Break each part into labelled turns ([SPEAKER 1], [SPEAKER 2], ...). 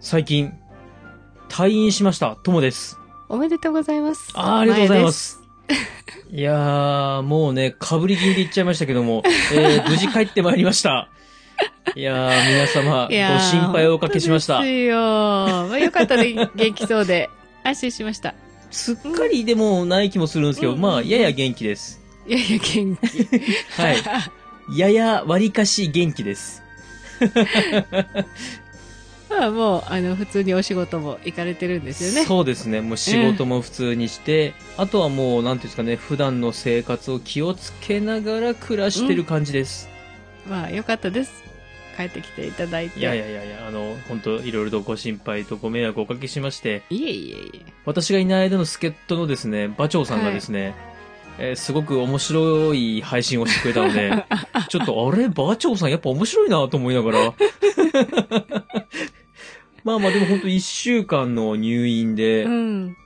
[SPEAKER 1] 最近、退院しました。ともです。
[SPEAKER 2] おめでとうございます。
[SPEAKER 1] あありがとうございます。いやー、もうね、かぶり気味で言っちゃいましたけども、え ー、無事帰ってまいりました。いやー、皆様、ご心配をおかけしました。
[SPEAKER 2] ですよー。まあ、よかったね、元気そう で。安心しました。
[SPEAKER 1] すっかりでもない気もするんですけど、うん、まあ、やや元気です。
[SPEAKER 2] やや元気。
[SPEAKER 1] はい。やや割かし元気です。
[SPEAKER 2] まあもう、あの、普通にお仕事も行かれてるんですよね。
[SPEAKER 1] そうですね。もう仕事も普通にして、うん、あとはもう、なんていうんですかね、普段の生活を気をつけながら暮らしてる感じです。
[SPEAKER 2] うん、まあ、よかったです。帰ってきていただいて。
[SPEAKER 1] いやいやいやいや、あの、本当いろいろとご心配とご迷惑をおかけしまして。
[SPEAKER 2] いえいえいえ。
[SPEAKER 1] 私がいない間の助っ人のですね、馬長さんがですね、はい、えー、すごく面白い配信をしてくれたの で、ちょっとあれ、馬長さんやっぱ面白いなと思いながら。 まあまあでも本当一週間の入院で。
[SPEAKER 2] うん。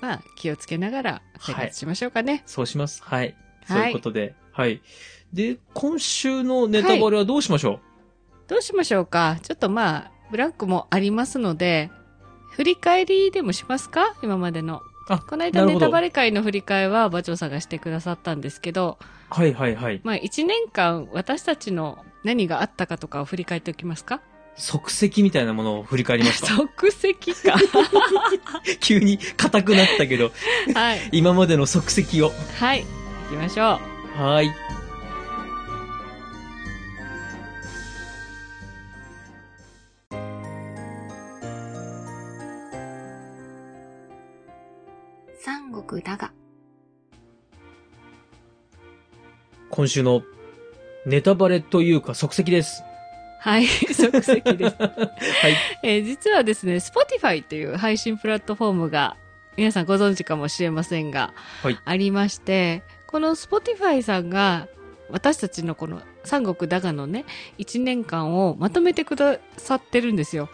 [SPEAKER 2] まあ気をつけながら生活しましょうかね。はい、
[SPEAKER 1] そうします。はい。そういうことで。はい。で、今週のネタバレはどうしましょう、はい
[SPEAKER 2] どうしましょうかちょっとまあ、ブランクもありますので、振り返りでもしますか今までの。あ、この間ネタバレ会の振り返りは馬長さんがしてくださったんですけど、
[SPEAKER 1] はいはいはい。
[SPEAKER 2] まあ一年間私たちの何があったかとかを振り返っておきますか
[SPEAKER 1] 即席みたいなものを振り返りま した。
[SPEAKER 2] 即席 か。
[SPEAKER 1] 急に硬くなったけど、
[SPEAKER 2] はい。
[SPEAKER 1] 今までの即席を。
[SPEAKER 2] はい。行きましょ
[SPEAKER 1] う。はい。
[SPEAKER 3] 三国だが。
[SPEAKER 1] 今週のネタバレというか即席です。
[SPEAKER 2] はい、即 席です。はい。えー、実はですね、Spotify という配信プラットフォームが皆さんご存知かもしれませんが、はい、ありまして、この Spotify さんが私たちのこの三国だがのね、一年間をまとめてくださってるんですよ。。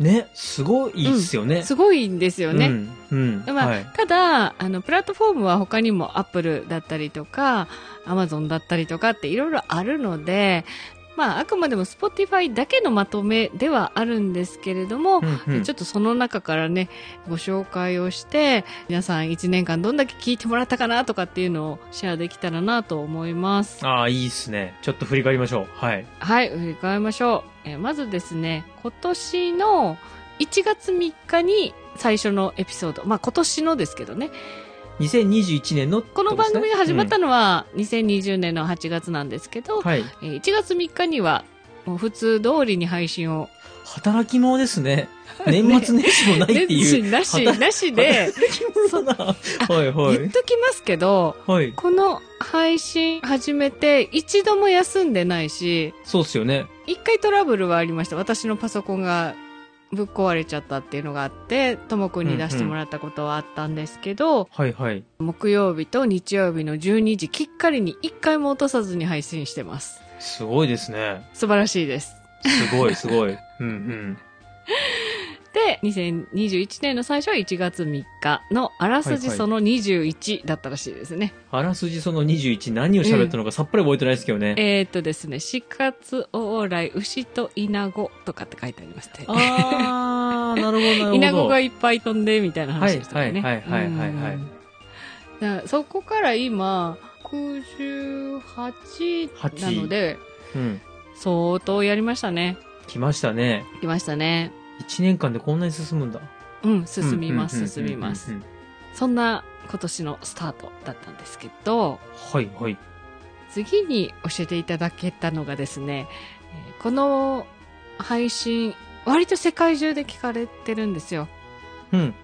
[SPEAKER 1] ね、すごいですよね、うん
[SPEAKER 2] すごいんですよね。うん。
[SPEAKER 1] うん、
[SPEAKER 2] まあ、はい、ただ、あの、プラットフォームは他にも Apple だったりとか、Amazon だったりとかっていろいろあるので、まあ、あくまでも Spotify だけのまとめではあるんですけれども、うんうん、ちょっとその中からね、ご紹介をして、皆さん1年間どんだけ聞いてもらったかなとかっていうのをシェアできたらなと思います。
[SPEAKER 1] ああ、いいですね。ちょっと振り返りましょう。はい。
[SPEAKER 2] はい、振り返りましょう。えまずですね、今年の1月3日に最初のエピソード、まあ今年のですけどね、
[SPEAKER 1] 2021年の、ね、
[SPEAKER 2] この番組が始まったのは2020年の8月なんですけど、うんはい、1月3日にはもう普通通りに配信を
[SPEAKER 1] 働き者です ね。年末年始もないっていう。
[SPEAKER 2] ね、なし、なしで。。
[SPEAKER 1] はいはい
[SPEAKER 2] 言っときますけど、
[SPEAKER 1] はい、
[SPEAKER 2] この配信始めて一度も休んでないし、
[SPEAKER 1] そうっすよね。
[SPEAKER 2] 一回トラブルはありました。私のパソコンがぶっ壊れちゃったっていうのがあって、ともくんに出してもらったことはあったんですけど、うんうん、
[SPEAKER 1] はいはい。
[SPEAKER 2] 木曜日と日曜日の12時、きっかりに一回も落とさずに配信してます。
[SPEAKER 1] すごいですね。
[SPEAKER 2] 素晴らしいです。
[SPEAKER 1] すごいすごい。うんうん。
[SPEAKER 2] で、2021年の最初は1月3日のあらすじその21だったらしいですね。
[SPEAKER 1] はいはい、あらすじその21何を喋ったのかさっぱり覚えてないですけどね。
[SPEAKER 2] うん、えー、っとですね、死活往来牛と稲子とかって書いてありまし て。
[SPEAKER 1] あー、なるほどなるほど。
[SPEAKER 2] 稲子がいっぱい飛んでみたいな話でしたね。
[SPEAKER 1] はいはいはいはいはい、
[SPEAKER 2] はい、そこから今、68なので、
[SPEAKER 1] うん、
[SPEAKER 2] 相当やりましたね。
[SPEAKER 1] 来ましたね。
[SPEAKER 2] 来ましたね。
[SPEAKER 1] 1年間でこんなに進むんだ
[SPEAKER 2] うん進みます進みますそんな今年のスタートだったんですけど
[SPEAKER 1] はいはい
[SPEAKER 2] 次に教えていただけたのがですねこの配信割と世界中で聞かれてるんですよ
[SPEAKER 1] うん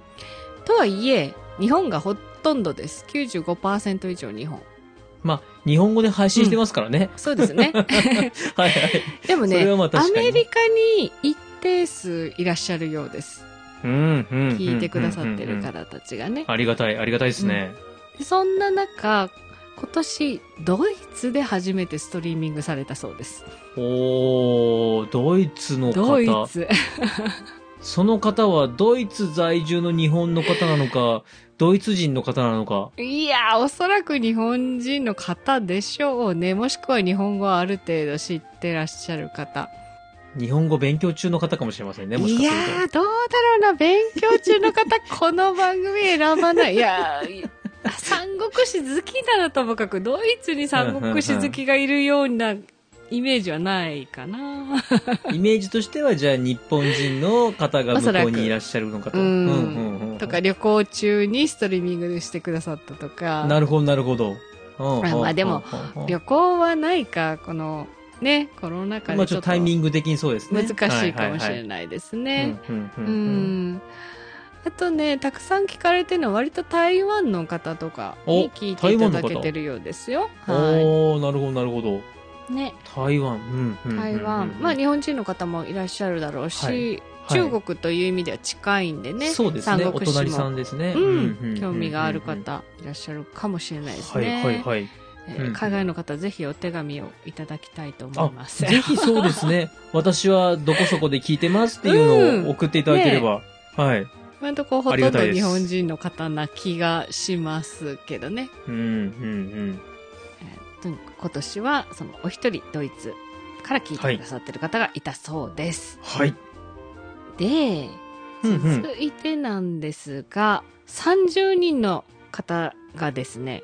[SPEAKER 2] とはいえ日本がほとんどです95%以上日本
[SPEAKER 1] まあ、日本語で配信してますからね。
[SPEAKER 2] うん、そうで すね。はい
[SPEAKER 1] はい。
[SPEAKER 2] でもね、アメリカに行っ定数いらっしゃるようです。
[SPEAKER 1] うん、うん、
[SPEAKER 2] 聞いてくださってる方たちがね。
[SPEAKER 1] ありがたい、ありがたいですね。
[SPEAKER 2] うん、そんな中、今年、ドイツで初めてストリーミングされたそうです。
[SPEAKER 1] おー、ドイツの方。
[SPEAKER 2] ドイツ。
[SPEAKER 1] その方はドイツ在住の日本の方なのか、ドイツ人の方なのか。
[SPEAKER 2] いやおそらく日本人の方でしょうね。もしくは日本語をある程度知ってらっしゃる方。
[SPEAKER 1] 日本語勉強中の方かもしれませんね、もし
[SPEAKER 2] い
[SPEAKER 1] か
[SPEAKER 2] や
[SPEAKER 1] する
[SPEAKER 2] ー、どうだろうな、勉強中の方、この番組選ばない。いやー、い三国志好きならともかく、ドイツに三国志好きがいるようなイメージはないか な。
[SPEAKER 1] と。イメージとしては、じゃあ日本人の方が向こうにいらっしゃるのかと。
[SPEAKER 2] う
[SPEAKER 1] うんんうんうん
[SPEAKER 2] とか、旅行中にストリーミングしてくださったとか。
[SPEAKER 1] なるほど、なるほど。うん
[SPEAKER 2] あまあでも、
[SPEAKER 1] うんうん
[SPEAKER 2] 旅行はないか、この、ね、コロナ禍
[SPEAKER 1] ま
[SPEAKER 2] で
[SPEAKER 1] あち
[SPEAKER 2] ち
[SPEAKER 1] ょ
[SPEAKER 2] ょ
[SPEAKER 1] っと
[SPEAKER 2] っと
[SPEAKER 1] タイミ
[SPEAKER 2] 難
[SPEAKER 1] ング的にそうですね。
[SPEAKER 2] しいかもしれ
[SPEAKER 1] い。
[SPEAKER 2] ないです
[SPEAKER 1] う
[SPEAKER 2] ね
[SPEAKER 1] ん。うんう
[SPEAKER 2] うん
[SPEAKER 1] うん
[SPEAKER 2] ん。あとね、たくさん聞かれてるのは割と台湾の方とか
[SPEAKER 1] お
[SPEAKER 2] に聞いていただけてるようですよ。は
[SPEAKER 1] おー、なるほど、なるほど。
[SPEAKER 2] い。ね、
[SPEAKER 1] 台湾。うんうんうんうん
[SPEAKER 2] 台湾。まあ日本人の方もいらっしゃるだろうし、
[SPEAKER 1] はい
[SPEAKER 2] 中国という意味では近いんでね。
[SPEAKER 1] そうですね。
[SPEAKER 2] 三
[SPEAKER 1] お
[SPEAKER 2] 国志も
[SPEAKER 1] 隣さんですね。
[SPEAKER 2] うん、興味がある
[SPEAKER 1] うんうん
[SPEAKER 2] 方いらっしゃるかもしれないです
[SPEAKER 1] うん。
[SPEAKER 2] ね。
[SPEAKER 1] はいはい はい。
[SPEAKER 2] え
[SPEAKER 1] うんう
[SPEAKER 2] ー
[SPEAKER 1] ん
[SPEAKER 2] 海外の方、ぜひお手紙をいただきたいと思います。
[SPEAKER 1] ぜひそうですね。私はどこそこで聞いてますっていうのを送っていただけれ ば。はい。
[SPEAKER 2] 今のところほ
[SPEAKER 1] あり
[SPEAKER 2] とん
[SPEAKER 1] が
[SPEAKER 2] ど
[SPEAKER 1] たいです
[SPEAKER 2] 日本人の方な気がしますけどね。
[SPEAKER 1] うん、うん、
[SPEAKER 2] えー今年はそのお一人ドイツから聞いてくださってる方がいたそうです。
[SPEAKER 1] はい。
[SPEAKER 2] で、
[SPEAKER 1] うんうん
[SPEAKER 2] 続いてなんですが、30人の方がですね、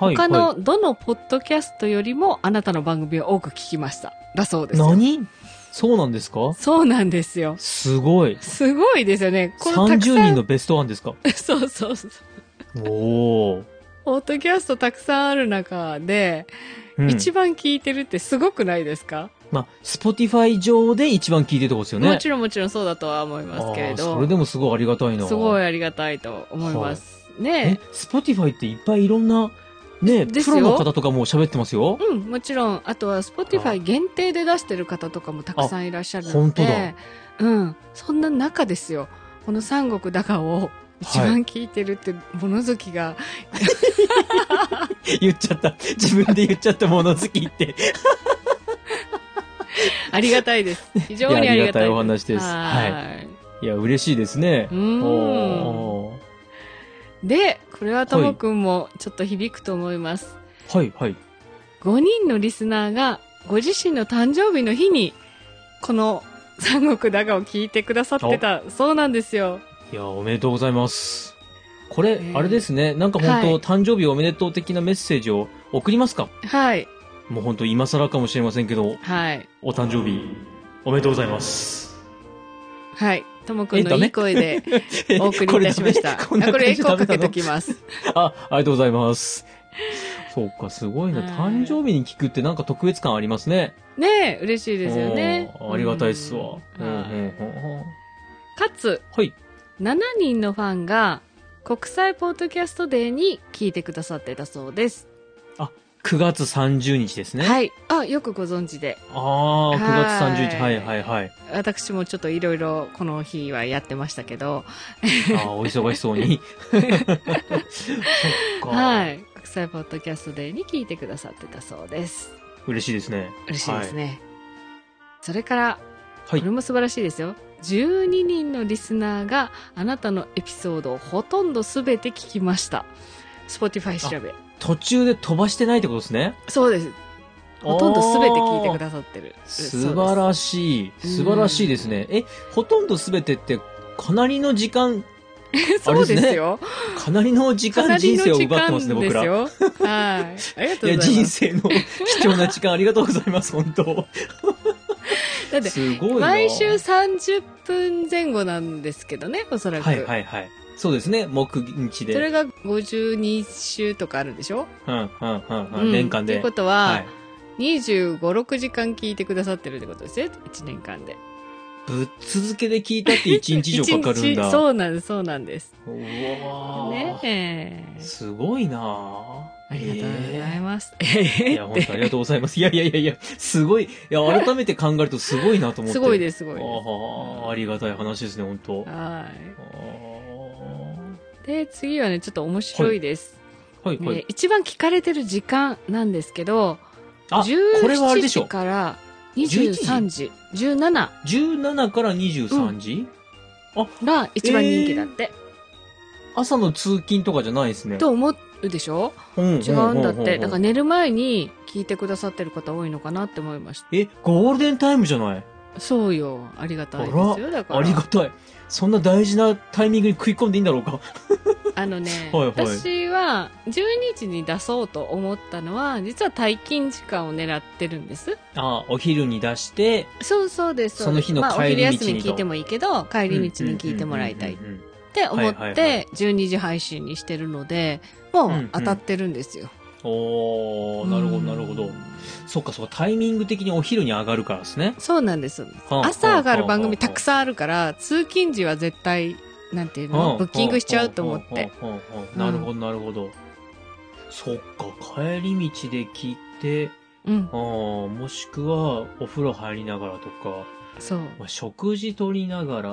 [SPEAKER 1] うん。はい。
[SPEAKER 2] 他
[SPEAKER 1] は
[SPEAKER 2] のどのポッドキャストよりもあなたの番組を多く聞きました。だそうで
[SPEAKER 1] い、
[SPEAKER 2] すよ。
[SPEAKER 1] 何そうなんですか
[SPEAKER 2] そうなんですよ。
[SPEAKER 1] すごい。
[SPEAKER 2] すごいですよね。
[SPEAKER 1] 30人のベストワンですか
[SPEAKER 2] の。そうそうそう。
[SPEAKER 1] おー。
[SPEAKER 2] ポッドキャストたくさんある中で、
[SPEAKER 1] うん、
[SPEAKER 2] 一番聞いてるってすごくないですか、
[SPEAKER 1] まあ、スポティファイ上で一番聞いてるとこですよね。
[SPEAKER 2] もちろんもちろんそうだとは思いますけれ
[SPEAKER 1] あー
[SPEAKER 2] ど。
[SPEAKER 1] それでもすごいありがたいな。
[SPEAKER 2] すごい
[SPEAKER 1] い。
[SPEAKER 2] ありがたいと思います。
[SPEAKER 1] え
[SPEAKER 2] ね、
[SPEAKER 1] スポティファイっていっぱいいろんな、ね、
[SPEAKER 2] で
[SPEAKER 1] プ
[SPEAKER 2] すよ
[SPEAKER 1] ロの方とかも喋ってますよ。
[SPEAKER 2] うん、もちろん、あとは Spotify 限定で出してる方とかもたくさんいらっしゃるので、
[SPEAKER 1] あ本当だ
[SPEAKER 2] うん、そんな中ですよ、この三国だがを一番聞いてるって、物好きが、
[SPEAKER 1] 言っちゃった。自分で言っちゃったもの好きって。
[SPEAKER 2] ありがた いです。非常に
[SPEAKER 1] いや
[SPEAKER 2] ありがたい
[SPEAKER 1] ありがたいお話です
[SPEAKER 2] はい
[SPEAKER 1] いや、嬉しいですね。
[SPEAKER 2] うーん。
[SPEAKER 1] おー
[SPEAKER 2] で、これはともくんもちょっと響くと思います。
[SPEAKER 1] はい、はい。
[SPEAKER 2] 5人のリスナーがご自身の誕生日の日に、この三国だがを聞いてくださってたそうなんですよ。
[SPEAKER 1] いや、おめでとうございます。これ、
[SPEAKER 2] ね
[SPEAKER 1] あれですね。なんか本当、
[SPEAKER 2] はい
[SPEAKER 1] 誕生日おめでとう的なメッセージを送りますか
[SPEAKER 2] はい。
[SPEAKER 1] もう本当、今更かもしれませんけど、
[SPEAKER 2] はい。
[SPEAKER 1] お誕生日、おめでとうございます。
[SPEAKER 2] はい。ともくん
[SPEAKER 1] えダ
[SPEAKER 2] の
[SPEAKER 1] メ
[SPEAKER 2] いい声 で お送りいたしました。あ
[SPEAKER 1] これダメ
[SPEAKER 2] これエコーか
[SPEAKER 1] こんな
[SPEAKER 2] けと
[SPEAKER 1] 感じ
[SPEAKER 2] きます。
[SPEAKER 1] ダメなのあ、ありがとうござい ます。そうか、すごいな。
[SPEAKER 2] はい
[SPEAKER 1] 誕生日に聞くってなんか特別感ありますね。
[SPEAKER 2] ねえ、嬉しいですよね。
[SPEAKER 1] おーありがたいっすわ。
[SPEAKER 2] う
[SPEAKER 1] うんんうん
[SPEAKER 2] はい
[SPEAKER 1] うんうん
[SPEAKER 2] かつ、
[SPEAKER 1] はい。
[SPEAKER 2] 7人のファンが国際ポッドキャストデーに聞いてくださってたそうです。
[SPEAKER 1] 9月30日ですね。
[SPEAKER 2] はい。あ、よくご存知で。
[SPEAKER 1] ああ、9月30日。
[SPEAKER 2] は
[SPEAKER 1] はいいはいはい。
[SPEAKER 2] 私もちょっといろいろこの日はやってましたけど、
[SPEAKER 1] ああ、お忙しそう に。そっか。
[SPEAKER 2] はい。国際ポッドキャストデーに聞いてくださってたそうです。
[SPEAKER 1] 嬉しいですね。
[SPEAKER 2] 嬉しいです
[SPEAKER 1] ね。
[SPEAKER 2] ね。それから、
[SPEAKER 1] はい
[SPEAKER 2] これも素晴らしいですよ。12人のリスナーがあなたのエピソードをほとんどすべて聞きました。Spotify 調べ。
[SPEAKER 1] 途中で飛ばしてないってことですね。
[SPEAKER 2] そうです。ほとんどすべて聞いてくださってる。
[SPEAKER 1] 素晴
[SPEAKER 2] しい。
[SPEAKER 1] らしい。素晴らしいですね。え、ほとんど全てって、かなりの時間、
[SPEAKER 2] そうですよ。
[SPEAKER 1] かなりの時
[SPEAKER 2] か
[SPEAKER 1] 間
[SPEAKER 2] なり
[SPEAKER 1] 人生
[SPEAKER 2] の
[SPEAKER 1] を
[SPEAKER 2] 時
[SPEAKER 1] 奪って
[SPEAKER 2] 間
[SPEAKER 1] ま
[SPEAKER 2] です
[SPEAKER 1] ね、
[SPEAKER 2] す
[SPEAKER 1] 僕ら。い
[SPEAKER 2] よ。はい。ありがとう
[SPEAKER 1] や、
[SPEAKER 2] ござい
[SPEAKER 1] 人
[SPEAKER 2] ます。
[SPEAKER 1] 生の貴重な時間ありがとうございます、 本当
[SPEAKER 2] だって、
[SPEAKER 1] すごいな。
[SPEAKER 2] 毎週30分前後なんですけどね、おそらく。
[SPEAKER 1] はいはいはい。そうですね、木日で。
[SPEAKER 2] それが52週とかあるんでしょ
[SPEAKER 1] うんうんうん
[SPEAKER 2] う
[SPEAKER 1] うんん。年間
[SPEAKER 2] とい
[SPEAKER 1] で。
[SPEAKER 2] うこと
[SPEAKER 1] は、。
[SPEAKER 2] はい25、6時間聞いてくださってるってことですね。1年間で。
[SPEAKER 1] ぶっ続けで聞いたって1日以上かかるん
[SPEAKER 2] 一
[SPEAKER 1] だ。
[SPEAKER 2] 日そうなんです、そうなんです。
[SPEAKER 1] うわ
[SPEAKER 2] ね
[SPEAKER 1] ー
[SPEAKER 2] え。
[SPEAKER 1] すごいなあ
[SPEAKER 2] ありがとうございます。
[SPEAKER 1] えーいや、本当ありがとうございます。いやいやいやいや、すごい。いや、改めて考えるとすごいなと思って。
[SPEAKER 2] すごい
[SPEAKER 1] す。
[SPEAKER 2] です、すごいで
[SPEAKER 1] ああ、ありがたい話ですね、本当
[SPEAKER 2] す。
[SPEAKER 1] あ
[SPEAKER 2] は
[SPEAKER 1] ー
[SPEAKER 2] い。で、次はね、ちょっと面白いです。
[SPEAKER 1] はいはい。
[SPEAKER 2] ね、一番聞かれてる時間なんですけど、
[SPEAKER 1] あ、これはあれ
[SPEAKER 2] 17
[SPEAKER 1] でし
[SPEAKER 2] 時
[SPEAKER 1] ょ。
[SPEAKER 2] から
[SPEAKER 1] 11
[SPEAKER 2] 23時、17
[SPEAKER 1] 17から23時、
[SPEAKER 2] が一番人気だって。
[SPEAKER 1] 朝の通勤とかじゃないですね。
[SPEAKER 2] と思うでしょ
[SPEAKER 1] うん
[SPEAKER 2] 違うんだって。だから
[SPEAKER 1] ね。
[SPEAKER 2] 寝る前に聞いてくださってる方多いのかなって思いました。
[SPEAKER 1] え、ゴールデンタイムじゃない
[SPEAKER 2] そうよ。ありがたいですよ。だから。
[SPEAKER 1] ありがたい。そんな大事なタイミングに食い込んでいいんだろうか。
[SPEAKER 2] あのね、
[SPEAKER 1] はいはい
[SPEAKER 2] 私は12日に出そうと思ったのは、実は退勤時間を狙ってるんです。
[SPEAKER 1] ああ、お昼に出して、
[SPEAKER 2] そうそうです。うです
[SPEAKER 1] その日の
[SPEAKER 2] まあ、お
[SPEAKER 1] 帰り道に
[SPEAKER 2] 昼
[SPEAKER 1] と
[SPEAKER 2] 休みに聞いてもいいけど、帰り道に聞いてもらいたいっ
[SPEAKER 1] うんうんうんうん
[SPEAKER 2] て思っ
[SPEAKER 1] はいはいは
[SPEAKER 2] て、12時配信にしてるので、も
[SPEAKER 1] んう
[SPEAKER 2] うん当たってるんですよ。
[SPEAKER 1] おー、なるほど、なるほ
[SPEAKER 2] う
[SPEAKER 1] ど
[SPEAKER 2] ん。
[SPEAKER 1] そっか、そうか、タイミング的にお昼に上がるからですね。
[SPEAKER 2] そうなんです。そうなんです
[SPEAKER 1] はあ
[SPEAKER 2] 朝上がる
[SPEAKER 1] はあはあ
[SPEAKER 2] 番組たくさんあるから、通勤時は絶対、なんていうの、ブッキングしちゃうと思って。
[SPEAKER 1] うん。うんうんうんなるほど、なるほど。そっか、帰り道で聞いて、
[SPEAKER 2] うん
[SPEAKER 1] あ、ーもしくはお風呂入りながらとか、
[SPEAKER 2] そう。
[SPEAKER 1] まあ食事とりながら、あ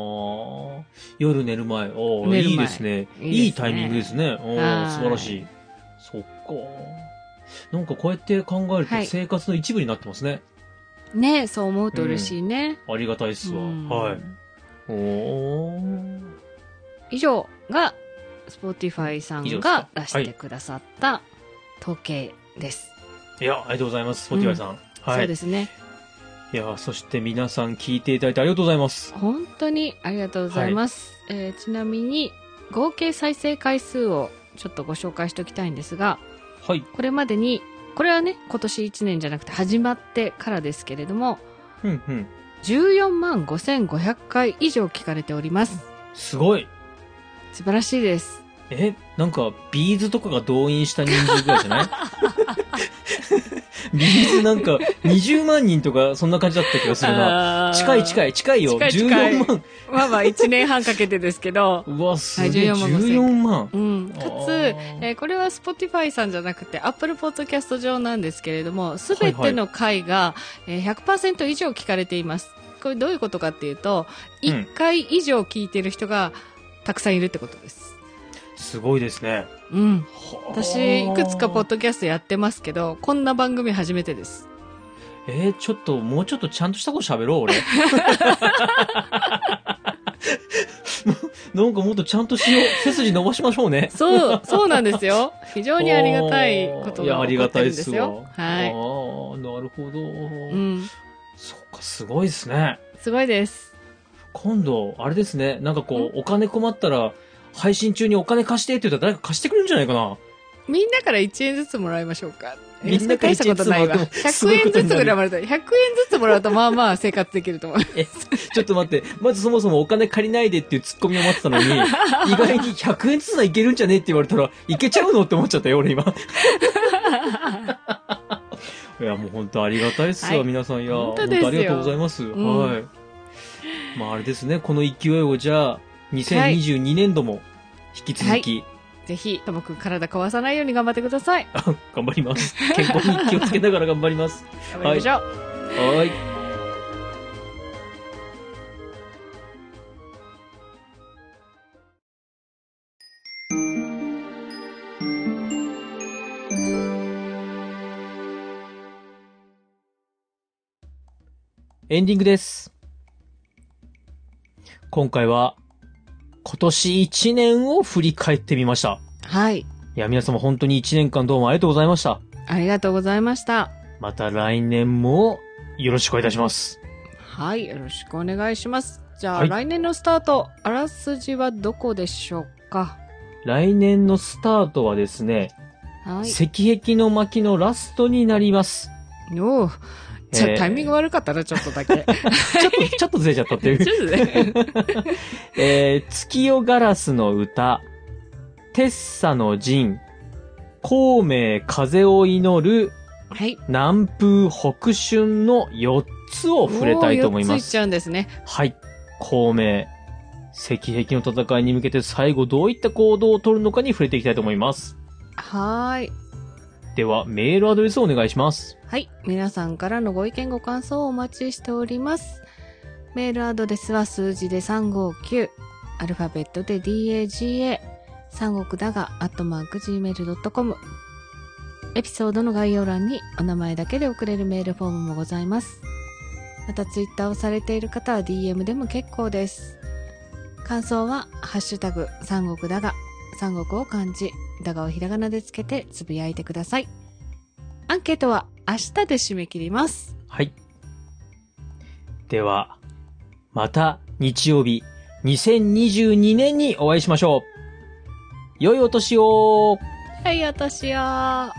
[SPEAKER 1] ー夜寝る前、あー
[SPEAKER 2] 寝る前
[SPEAKER 1] いいですね。いい
[SPEAKER 2] いいですね
[SPEAKER 1] タイミングですね。あ
[SPEAKER 2] は
[SPEAKER 1] ー
[SPEAKER 2] い
[SPEAKER 1] 素晴らしい。そっか。なんかこうやって考える
[SPEAKER 2] は
[SPEAKER 1] と
[SPEAKER 2] い
[SPEAKER 1] 生活の一部になってますね。
[SPEAKER 2] ねそう思うと嬉しいね。
[SPEAKER 1] ありがたいっすわ。
[SPEAKER 2] うん
[SPEAKER 1] はい。おー。
[SPEAKER 2] 以上が Spotify さ
[SPEAKER 1] 以上で
[SPEAKER 2] ん
[SPEAKER 1] すか
[SPEAKER 2] が出してくださった統計です。
[SPEAKER 1] いや、ありがとうございます、スポティファイさん。は
[SPEAKER 2] そう
[SPEAKER 1] い
[SPEAKER 2] で。すね。
[SPEAKER 1] いや、そして皆さん聞いていただいてありがとうございます。
[SPEAKER 2] 本当にありがとうございます。えーちなみに合計再生回数をちょっとご紹介しておきたいんですが、
[SPEAKER 1] はい。
[SPEAKER 2] これまでに、これはね、今年1年じゃなくて始まってからですけれども、
[SPEAKER 1] うんうん。
[SPEAKER 2] 14万5500回以上聞かれております。
[SPEAKER 1] すごい。
[SPEAKER 2] 素晴らしいです。
[SPEAKER 1] え、なんか、ビーズとかが動員した人数ぐらいじゃ ないビーズなんか、20万人とか、そんな感じだった気がするな。近い近
[SPEAKER 2] い。
[SPEAKER 1] い、近いよ。
[SPEAKER 2] 近い近い
[SPEAKER 1] 14万。
[SPEAKER 2] まあまあ1年半かけてです けど、
[SPEAKER 1] うわ、すげえ、
[SPEAKER 2] はい14万
[SPEAKER 1] 14万。
[SPEAKER 2] うん、か
[SPEAKER 1] あ
[SPEAKER 2] つ、
[SPEAKER 1] ー
[SPEAKER 2] えーこれは Spotify さんじゃなくて Apple Podcast 上なんですけれどもすべ
[SPEAKER 1] はいは
[SPEAKER 2] て
[SPEAKER 1] い
[SPEAKER 2] の回が、えー100%以上聞かれていますこれどういうことかっていうと
[SPEAKER 1] うん
[SPEAKER 2] 1回以上聞いてる人がたくさんいるってことです、
[SPEAKER 1] すごいですね。
[SPEAKER 2] うん、
[SPEAKER 1] はあ
[SPEAKER 2] 私いくつかポッドキャストやってますけどこんな番組初めてです
[SPEAKER 1] えー、ちょっと、もうちょっとちゃんとしたこと喋ろう、 俺。 なんかもっとちゃんとしよう。背筋伸ばしましょうね。
[SPEAKER 2] そうそうなんですよ非常にありがたいこと
[SPEAKER 1] いや、
[SPEAKER 2] が
[SPEAKER 1] あ
[SPEAKER 2] 起
[SPEAKER 1] り
[SPEAKER 2] こ
[SPEAKER 1] が
[SPEAKER 2] って
[SPEAKER 1] たい
[SPEAKER 2] るん
[SPEAKER 1] っ
[SPEAKER 2] ですす
[SPEAKER 1] わ。
[SPEAKER 2] よは
[SPEAKER 1] ああ、な
[SPEAKER 2] い、
[SPEAKER 1] るほど。
[SPEAKER 2] うん、
[SPEAKER 1] そっか、すごいですね。
[SPEAKER 2] すごいです
[SPEAKER 1] 今度、あれですね。なんかこう、お金困ったら、配信中にお金貸してって言ったら誰か貸してくれるんじゃないかな。
[SPEAKER 2] みんなから1円ずつもらいましょうか。
[SPEAKER 1] みんなから
[SPEAKER 2] 大したことないわ。
[SPEAKER 1] 1円ずつも
[SPEAKER 2] 100
[SPEAKER 1] らっても
[SPEAKER 2] 円ずつぐらいもらうと、100円ずつもらうと、まあまあ生活できると思う。
[SPEAKER 1] え、ちょっと待って。まずそもそもお金借りないでっていうツッコミを待ってたのに、意外に100円ずつはいけるんじゃねって言われたら、いけちゃうのって思っちゃったよ、俺 今。いや、もう本当ありがたいっすよ、
[SPEAKER 2] はい
[SPEAKER 1] 皆さん。いや、
[SPEAKER 2] 本
[SPEAKER 1] 本
[SPEAKER 2] 当
[SPEAKER 1] 当
[SPEAKER 2] ですよ
[SPEAKER 1] ありがとうございます。
[SPEAKER 2] ん
[SPEAKER 1] はい。まああれですね、この勢いをじゃあ、2022年度も引き続き、
[SPEAKER 2] ぜひ、ともくん体壊さないように頑張ってください。
[SPEAKER 1] 頑張ります。健康に気をつけながら頑張ります。
[SPEAKER 2] 頑張りましょう。
[SPEAKER 1] はい。エンディングです。今回は、今年1年を振り返ってみました。
[SPEAKER 2] はい。
[SPEAKER 1] いや、皆様本当に1年間どうもありがとうございました。
[SPEAKER 2] ありがとうございました。
[SPEAKER 1] また来年もよろしくお願いいたします。
[SPEAKER 2] はい。よろしくお願いします。じゃあ、
[SPEAKER 1] はい
[SPEAKER 2] 来年のスタート、あらすじはどこでしょうか
[SPEAKER 1] 来年のスタートはですね、
[SPEAKER 2] はい。
[SPEAKER 1] 石壁の巻のラストになります。
[SPEAKER 2] おうじゃあ
[SPEAKER 1] えー
[SPEAKER 2] タイミン グ悪かったな、ちょっとだけ。ちょっ
[SPEAKER 1] ちょっと、ちょっとずれちゃったっていう。
[SPEAKER 2] とね。
[SPEAKER 1] えー、月夜ガラスの歌、テッサの陣、孔明風を祈る
[SPEAKER 2] はい。
[SPEAKER 1] 南風北春の4つを触れたいと思い
[SPEAKER 2] おー
[SPEAKER 1] ま
[SPEAKER 2] 四ついっち
[SPEAKER 1] す。
[SPEAKER 2] ゃうんですね。
[SPEAKER 1] はい。孔明、石壁の戦いに向けて最後どういった行動を取るのかに触れていきたいと思います。
[SPEAKER 2] はーい。
[SPEAKER 1] では、メールアドレスをお願いします。
[SPEAKER 2] はい。皆さんからのご意見ご感想をお待ちしております。メールアドレスは数字で359、アルファベットで DAGA、三国だが、アットマーク Gmail.com。エピソードの概要欄にお名前だけで送れるメールフォームもございます。またツイッターをされている方は DM でも結構です。感想は、ハッシュタグ、三国だが、三国を漢字、だがをひらがなでつけてつぶやいてください。アンケートは明日で締め切ります。
[SPEAKER 1] はい。では、また日曜日、2022年にお会いしましょう。良いお年を
[SPEAKER 2] はい、私は。